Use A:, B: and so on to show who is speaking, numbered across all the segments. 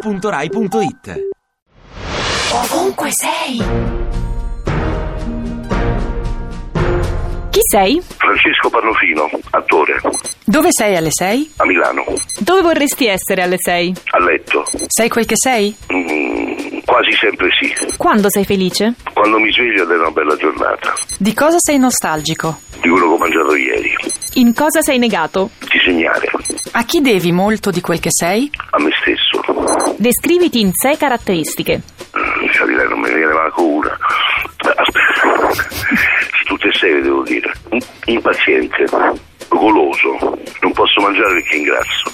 A: radio2pod.rai.it
B: Ovunque sei!
C: Chi sei?
D: Francesco Pannofino, attore,
C: Dove sei alle 6?
D: a Milano,
C: Dove vorresti essere alle 6?
D: a letto,
C: Sei quel che sei?
D: Mm, quasi sempre sì.
C: Quando sei felice?
D: Quando mi sveglio ed è una bella giornata,
C: Di cosa sei nostalgico?
D: di quello che ho mangiato ieri,
C: In cosa sei negato?
D: disegnare,
C: A chi devi molto di quel che sei?
D: a me stesso.
C: Descriviti in sei caratteristiche.
D: Mm, cioè, direi, non me ne viene manco una. Aspetta, tutte e sei le devo dire. Mm, Impaziente, goloso, non posso mangiare perché ingrasso,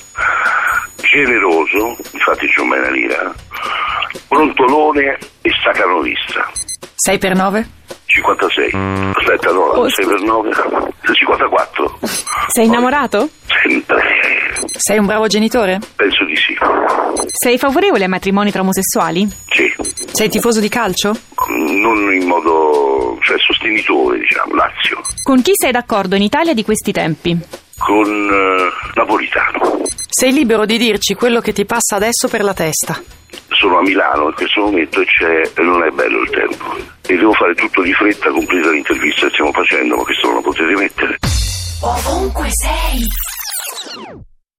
D: generoso, infatti c'è una lira, brontolone e stacanovista.
C: Sei per 9?
D: 56. Aspetta, no,
C: Oh,
D: 6 per 9. 54.
C: Sei innamorato?
D: Sempre.
C: Sei un bravo genitore?
D: Penso di sì.
C: Sei favorevole ai matrimoni tra omosessuali?
D: Sì.
C: Sei tifoso di calcio?
D: Non in modo. cioè sostenitore, diciamo, Lazio.
C: Con chi sei d'accordo in Italia di questi tempi?
D: Con eh, Napolitano.
C: Sei libero di dirci quello che ti passa adesso per la testa.
D: Sono a Milano in questo momento e c'è. e non è bello il tempo. E devo fare tutto di fretta, compresa l'intervista che stiamo facendo, ma questo non lo potete mettere.
B: Ovunque sei!